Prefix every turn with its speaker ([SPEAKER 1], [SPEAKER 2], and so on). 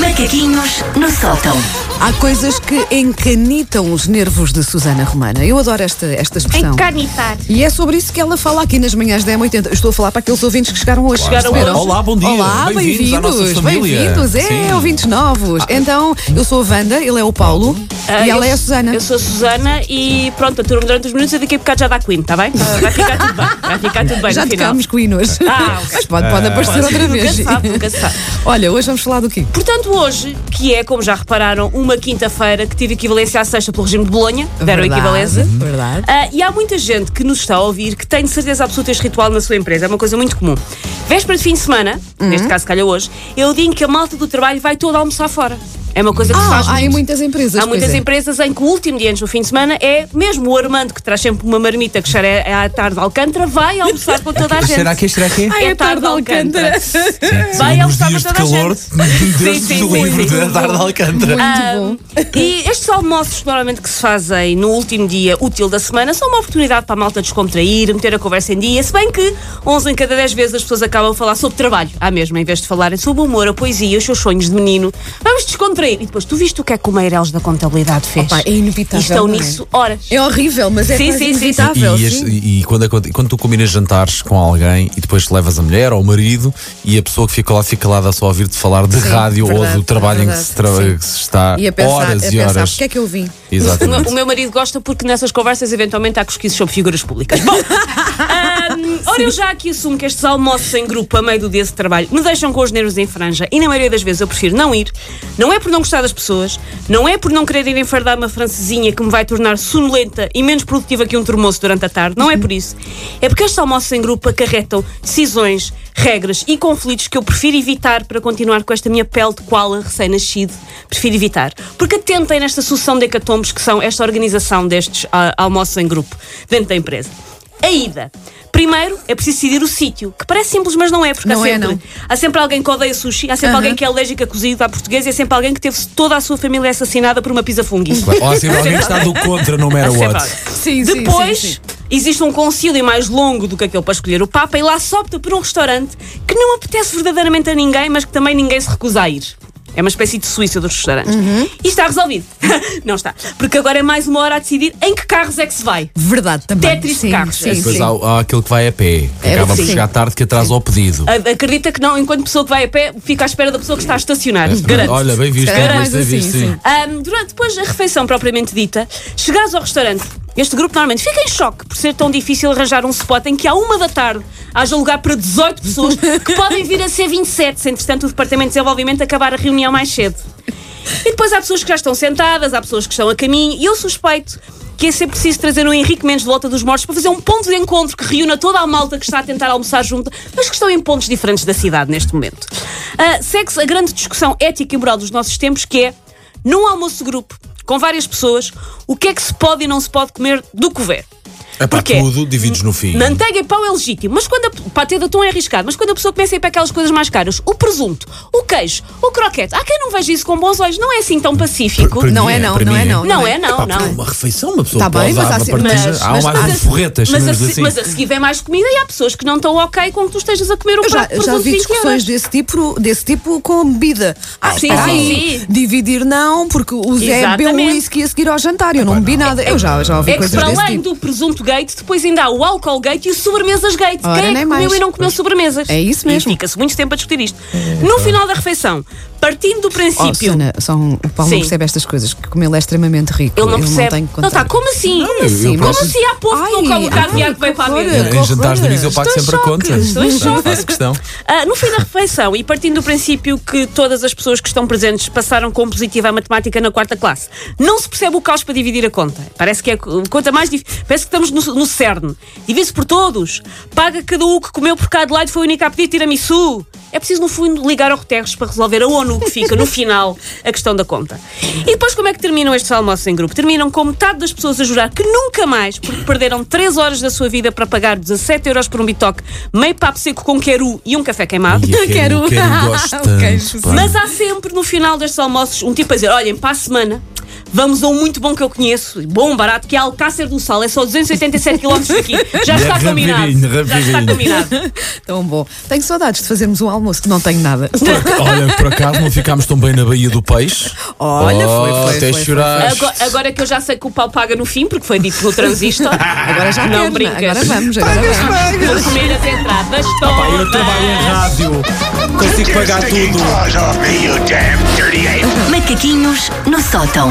[SPEAKER 1] Macaquinhos no sótão.
[SPEAKER 2] Há coisas que encanitam os nervos de Susana Romana. Eu adoro esta, esta expressão.
[SPEAKER 3] Encanitar.
[SPEAKER 2] E é sobre isso que ela fala aqui nas manhãs da M80. Eu Estou a falar para aqueles ouvintes que chegaram hoje.
[SPEAKER 4] Claro,
[SPEAKER 2] perceberam?
[SPEAKER 4] claro. Olá, bom dia.
[SPEAKER 2] Olá,
[SPEAKER 4] Bem-vindos à nossa
[SPEAKER 2] bem-vindos.
[SPEAKER 4] família.
[SPEAKER 2] Bem-vindos. É,
[SPEAKER 4] Sim. Ah.
[SPEAKER 2] ouvintes novos. então, eu sou a Wanda, ele é o Paulo
[SPEAKER 3] Ah,
[SPEAKER 2] e
[SPEAKER 3] eu-
[SPEAKER 2] ela é a Susana.
[SPEAKER 3] Eu sou a Susana e pronto, aturou-me durante os minutos e daqui a bocado já dá Queen, está bem? Vai ficar tudo bem. Vai ficar tudo bem
[SPEAKER 2] Já
[SPEAKER 3] no final.
[SPEAKER 2] tocámos com hinos.
[SPEAKER 3] Ah, ok.
[SPEAKER 2] Mas pode, pode aparecer outra
[SPEAKER 3] Nunca
[SPEAKER 2] vez.
[SPEAKER 3] se sabe, nunca se sabe.
[SPEAKER 2] Olha, hoje vamos falar do quê?
[SPEAKER 3] Portanto, hoje, que é, como já repararam, uma quinta-feira que tive equivalência à sexta pelo regime de Bolonha, deram
[SPEAKER 2] Verdade,
[SPEAKER 3] equivalência.
[SPEAKER 2] Verdade.
[SPEAKER 3] Ah, e há muita gente que nos está a ouvir que tem de certeza absoluta este ritual na sua empresa. É uma coisa muito comum. Véspera de fim de semana,
[SPEAKER 2] Uhum.
[SPEAKER 3] neste caso calha hoje, é o dia em que a malta do trabalho vai toda almoçar fora. É uma coisa que se
[SPEAKER 2] Ah,
[SPEAKER 3] faz
[SPEAKER 2] há em
[SPEAKER 3] muito.
[SPEAKER 2] muitas empresas.
[SPEAKER 3] Há muitas
[SPEAKER 2] pois é.
[SPEAKER 3] empresas em que o último dia antes do fim de semana é mesmo o Armando, que traz sempre uma marmita que cheira à tarde de Alcântara, vai almoçar com toda a gente.
[SPEAKER 4] Será que será que é?
[SPEAKER 2] Ai, é tarde de Alcântara.
[SPEAKER 3] Vai
[SPEAKER 4] Nos
[SPEAKER 3] almoçar com
[SPEAKER 4] É, dias de
[SPEAKER 3] toda a
[SPEAKER 4] calor,
[SPEAKER 3] gente.
[SPEAKER 4] Deus
[SPEAKER 3] sim,
[SPEAKER 4] nos
[SPEAKER 3] sim,
[SPEAKER 4] livre
[SPEAKER 3] sim.
[SPEAKER 4] de dar de Alcântara.
[SPEAKER 2] Muito bom.
[SPEAKER 3] E estes almoços normalmente que se fazem no último dia útil da semana são uma oportunidade para a malta descontrair, meter a conversa em dia, se bem que 11 em cada 10 vezes as pessoas acabam a falar sobre trabalho, à mesma, em vez de falarem sobre o humor, a poesia, os seus sonhos de menino. Vamos descontrair. E depois, tu viste o que é que o Meireles da contabilidade fez?
[SPEAKER 2] Opa, é inevitável,
[SPEAKER 3] E estão
[SPEAKER 2] não é?
[SPEAKER 3] nisso horas.
[SPEAKER 2] É horrível, mas é
[SPEAKER 3] Sim,
[SPEAKER 2] quase
[SPEAKER 3] sim, sim, sim.
[SPEAKER 2] inevitável.
[SPEAKER 4] E,
[SPEAKER 2] sim.
[SPEAKER 4] este- e quando, aconte- quando tu combinas jantares com alguém e depois levas a mulher ou o marido e a pessoa que fica lá fica lá só a ouvir-te falar de
[SPEAKER 2] Sim,
[SPEAKER 4] rádio
[SPEAKER 2] verdade,
[SPEAKER 4] ou do trabalho em que
[SPEAKER 2] verdade,
[SPEAKER 4] se, tra-
[SPEAKER 2] sim.
[SPEAKER 4] que se está
[SPEAKER 2] E a pensar,
[SPEAKER 4] horas
[SPEAKER 2] a
[SPEAKER 4] e
[SPEAKER 2] pensar,
[SPEAKER 4] horas.
[SPEAKER 2] porque é que eu vim?
[SPEAKER 3] O meu-
[SPEAKER 4] Exatamente.
[SPEAKER 3] O meu marido gosta porque nessas conversas eventualmente há cosquices sobre figuras públicas. Bom, ahm, ora, eu já aqui assumo que estes almoços em grupo a meio do dia de trabalho me deixam com os nervos em franja e na maioria das vezes eu prefiro não ir. Não é por não gostar das pessoas, não é por não querer ir enfardar uma francesinha que me vai tornar sonolenta e menos produtiva que um termoço durante a tarde, não é por isso. É porque estes almoços em grupo acarretam decisões, regras e conflitos que eu prefiro evitar para continuar com esta minha pele de koala recém-nascido. Prefiro evitar. Porque atentem nesta sucessão de hecatombes que são esta organização destes ah, almoços em grupo dentro da empresa. A ida. Primeiro, é preciso decidir o sítio, que parece simples, mas não é, porque há,
[SPEAKER 2] Não é,
[SPEAKER 3] sempre,
[SPEAKER 2] não.
[SPEAKER 3] há sempre alguém que odeia sushi, há sempre
[SPEAKER 2] Aham.
[SPEAKER 3] alguém que é alérgico a cozido à portuguesa e há sempre alguém que teve toda a sua família assassinada por uma pizza fungi.
[SPEAKER 4] Claro. Ou assim, há sempre alguém que está do contra, no matter
[SPEAKER 3] Há sempre
[SPEAKER 4] what.
[SPEAKER 3] alguém.
[SPEAKER 2] Sim, sim,
[SPEAKER 3] Depois
[SPEAKER 2] sim, sim.
[SPEAKER 3] existe um concílio mais longo do que aquele para escolher o Papa e lá se opta por um restaurante que não apetece verdadeiramente a ninguém, mas que também ninguém se recusa a ir. É uma espécie de Suíça dos restaurantes.
[SPEAKER 2] Uhum.
[SPEAKER 3] E está resolvido. não está. Porque agora é mais uma hora a decidir em que carros é que se vai.
[SPEAKER 2] Verdade, também.
[SPEAKER 3] Tetris de
[SPEAKER 2] sim,
[SPEAKER 3] carros. é
[SPEAKER 2] Sim,
[SPEAKER 4] Depois
[SPEAKER 2] sim.
[SPEAKER 4] há, há aquele que vai a pé, que
[SPEAKER 2] É,
[SPEAKER 4] acaba por
[SPEAKER 2] sim.
[SPEAKER 4] chegar tarde, que atrasa ao pedido.
[SPEAKER 3] A- Acredita que não, enquanto pessoa que vai a pé, fica à espera da pessoa que está a estacionar. Garanto.
[SPEAKER 4] Olha, bem visto,
[SPEAKER 2] Era
[SPEAKER 4] bem
[SPEAKER 2] mais
[SPEAKER 4] visto, bem
[SPEAKER 2] assim,
[SPEAKER 4] visto.
[SPEAKER 2] sim.
[SPEAKER 4] sim.
[SPEAKER 3] Ahm, durante depois a refeição propriamente dita, chegares ao restaurante. Este grupo normalmente fica em choque por ser tão difícil arranjar um spot em que à uma da tarde haja lugar para 18 pessoas que podem vir a ser 27, se entretanto o Departamento de Desenvolvimento acabar a reunião mais cedo. E depois há pessoas que já estão sentadas, há pessoas que estão a caminho, e eu suspeito que é sempre preciso trazer um Henrique Mendes de volta dos mortos para fazer um ponto de encontro que reúna toda a malta que está a tentar almoçar junto, mas que estão em pontos diferentes da cidade neste momento. Ah, Segue-se a grande discussão ética e moral dos nossos tempos, que é, num almoço de grupo, com várias pessoas, o que é que se pode e não se pode comer do que houver.
[SPEAKER 4] É para
[SPEAKER 3] Porquê?
[SPEAKER 4] tudo, divides no fim.
[SPEAKER 3] Manteiga e pão é legítimo, mas quando a patê de atum é arriscado, mas quando a pessoa começa a ir para aquelas coisas mais caras, o presunto, o queijo, o croquete, há quem não veja isso com bons olhos, não é assim tão pacífico.
[SPEAKER 4] Para
[SPEAKER 2] Não
[SPEAKER 4] mim
[SPEAKER 2] é, não,
[SPEAKER 4] para
[SPEAKER 2] não
[SPEAKER 4] mim
[SPEAKER 2] é, não.
[SPEAKER 3] Não é,
[SPEAKER 4] Pá,
[SPEAKER 3] não,
[SPEAKER 4] porque
[SPEAKER 3] não.
[SPEAKER 4] Uma refeição, uma pessoa
[SPEAKER 2] Tá
[SPEAKER 4] pode
[SPEAKER 2] bem, mas
[SPEAKER 4] dar
[SPEAKER 2] há
[SPEAKER 4] uma
[SPEAKER 2] sempre-
[SPEAKER 4] partida.
[SPEAKER 2] mas-
[SPEAKER 4] há
[SPEAKER 2] mas
[SPEAKER 4] uma
[SPEAKER 2] depois
[SPEAKER 4] há
[SPEAKER 2] a-
[SPEAKER 4] forretas,
[SPEAKER 3] Mas a,
[SPEAKER 4] digamos
[SPEAKER 3] se-
[SPEAKER 4] assim.
[SPEAKER 3] mas a seguir vem mais comida e há pessoas que não estão ok com que tu estejas a comer o
[SPEAKER 2] Eu já,
[SPEAKER 3] prato por
[SPEAKER 2] já
[SPEAKER 3] presunto
[SPEAKER 2] vi
[SPEAKER 3] de 20 euros.
[SPEAKER 2] discussões desse tipo, desse tipo com a bebida. Ah,
[SPEAKER 3] sim,
[SPEAKER 2] espera
[SPEAKER 3] sim,
[SPEAKER 2] aí,
[SPEAKER 3] sim.
[SPEAKER 2] Dividir não, porque o Zé bebeu um
[SPEAKER 3] Exatamente.
[SPEAKER 2] whisky a seguir ao jantar. Eu não
[SPEAKER 4] Epá,
[SPEAKER 2] bebi nada. Eu já, já ouvi
[SPEAKER 3] É que
[SPEAKER 2] coisas
[SPEAKER 3] para
[SPEAKER 2] desse
[SPEAKER 3] além
[SPEAKER 2] tipo.
[SPEAKER 3] do presunto gate, depois ainda há o álcool gate e o sobremesas gate.
[SPEAKER 2] Ora,
[SPEAKER 3] Quem é
[SPEAKER 2] nem
[SPEAKER 3] que comeu
[SPEAKER 2] mais.
[SPEAKER 3] e não comeu sobremesas?
[SPEAKER 2] É isso mesmo. É
[SPEAKER 3] E fica-se muito tempo a discutir isto. No final da refeição, partindo do
[SPEAKER 2] Oh,
[SPEAKER 3] princípio.
[SPEAKER 2] Susana, só um- o Paulo não
[SPEAKER 3] Sim.
[SPEAKER 2] percebe estas coisas, que como ele é extremamente rico,
[SPEAKER 3] ele não percebe.
[SPEAKER 2] tenho
[SPEAKER 3] Não,
[SPEAKER 2] conta.
[SPEAKER 3] está, como assim?
[SPEAKER 4] Não, eu- eu
[SPEAKER 3] como
[SPEAKER 4] posso-
[SPEAKER 3] assim há povo que não
[SPEAKER 2] Ai,
[SPEAKER 3] come o caviar
[SPEAKER 2] ai,
[SPEAKER 3] que vai para a
[SPEAKER 2] horror.
[SPEAKER 3] mesa?
[SPEAKER 4] Em jantares de
[SPEAKER 2] Horror.
[SPEAKER 4] amigos eu pago
[SPEAKER 3] Estou em
[SPEAKER 4] sempre a
[SPEAKER 3] choque,
[SPEAKER 4] conta.
[SPEAKER 3] estou em
[SPEAKER 4] Não
[SPEAKER 3] choque.
[SPEAKER 4] faço questão.
[SPEAKER 3] Ah, no fim da refeição, e partindo do princípio que todas as pessoas que estão presentes passaram com positiva a matemática na quarta classe, não se percebe o caos para dividir a conta. Parece que é a conta mais difícil. Parece que estamos no, no cerne. Divide-se por todos. Paga cada um que comeu por cada lado foi o único a pedir tiramisu. É preciso, no fundo, ligar ao Guterres para resolver a ONU que fica no final a questão da conta. E depois, como é que terminam estes almoços em grupo? Terminam com metade das pessoas a jurar que nunca mais, porque perderam 3 horas da sua vida para pagar 17 euros por um bitoque, meio papo seco com queru e um café queimado.
[SPEAKER 4] E
[SPEAKER 2] Ah, quero-
[SPEAKER 4] quero gosto
[SPEAKER 2] Ok,
[SPEAKER 4] tanto,
[SPEAKER 2] sim.
[SPEAKER 4] pá.
[SPEAKER 3] Mas há sempre no final destes almoços um tipo a dizer: olhem, para a semana Vamos a um muito bom que eu conheço, bom, barato, que é Alcácer do Sal. É só 287 km daqui. Já
[SPEAKER 4] É
[SPEAKER 3] está combinado.
[SPEAKER 4] rapidinho,
[SPEAKER 3] Já está
[SPEAKER 4] rapidinho.
[SPEAKER 3] combinado.
[SPEAKER 2] Tão bom. Tenho saudades de fazermos um almoço que não tenho nada.
[SPEAKER 4] Olha, por acaso não ficámos tão bem na Baía do Peixe.
[SPEAKER 2] Olha, foi,
[SPEAKER 4] Oh,
[SPEAKER 2] foi,
[SPEAKER 4] Até
[SPEAKER 2] foi,
[SPEAKER 4] chorar.
[SPEAKER 3] Agora, agora que eu já sei que o pau paga no fim, porque foi dito no transistor.
[SPEAKER 2] Agora já
[SPEAKER 3] Não
[SPEAKER 2] quero, né?
[SPEAKER 3] brincas.
[SPEAKER 2] Agora vamos, agora vamos.
[SPEAKER 3] Vou comer as entradas
[SPEAKER 1] Pá, eu trabalho em
[SPEAKER 3] todas.
[SPEAKER 1] rádio. Consigo
[SPEAKER 5] Get your
[SPEAKER 1] pagar
[SPEAKER 5] stinking
[SPEAKER 1] tudo.
[SPEAKER 5] paws off me, you damn dirty ape!
[SPEAKER 6] Macaquinhos no sótão.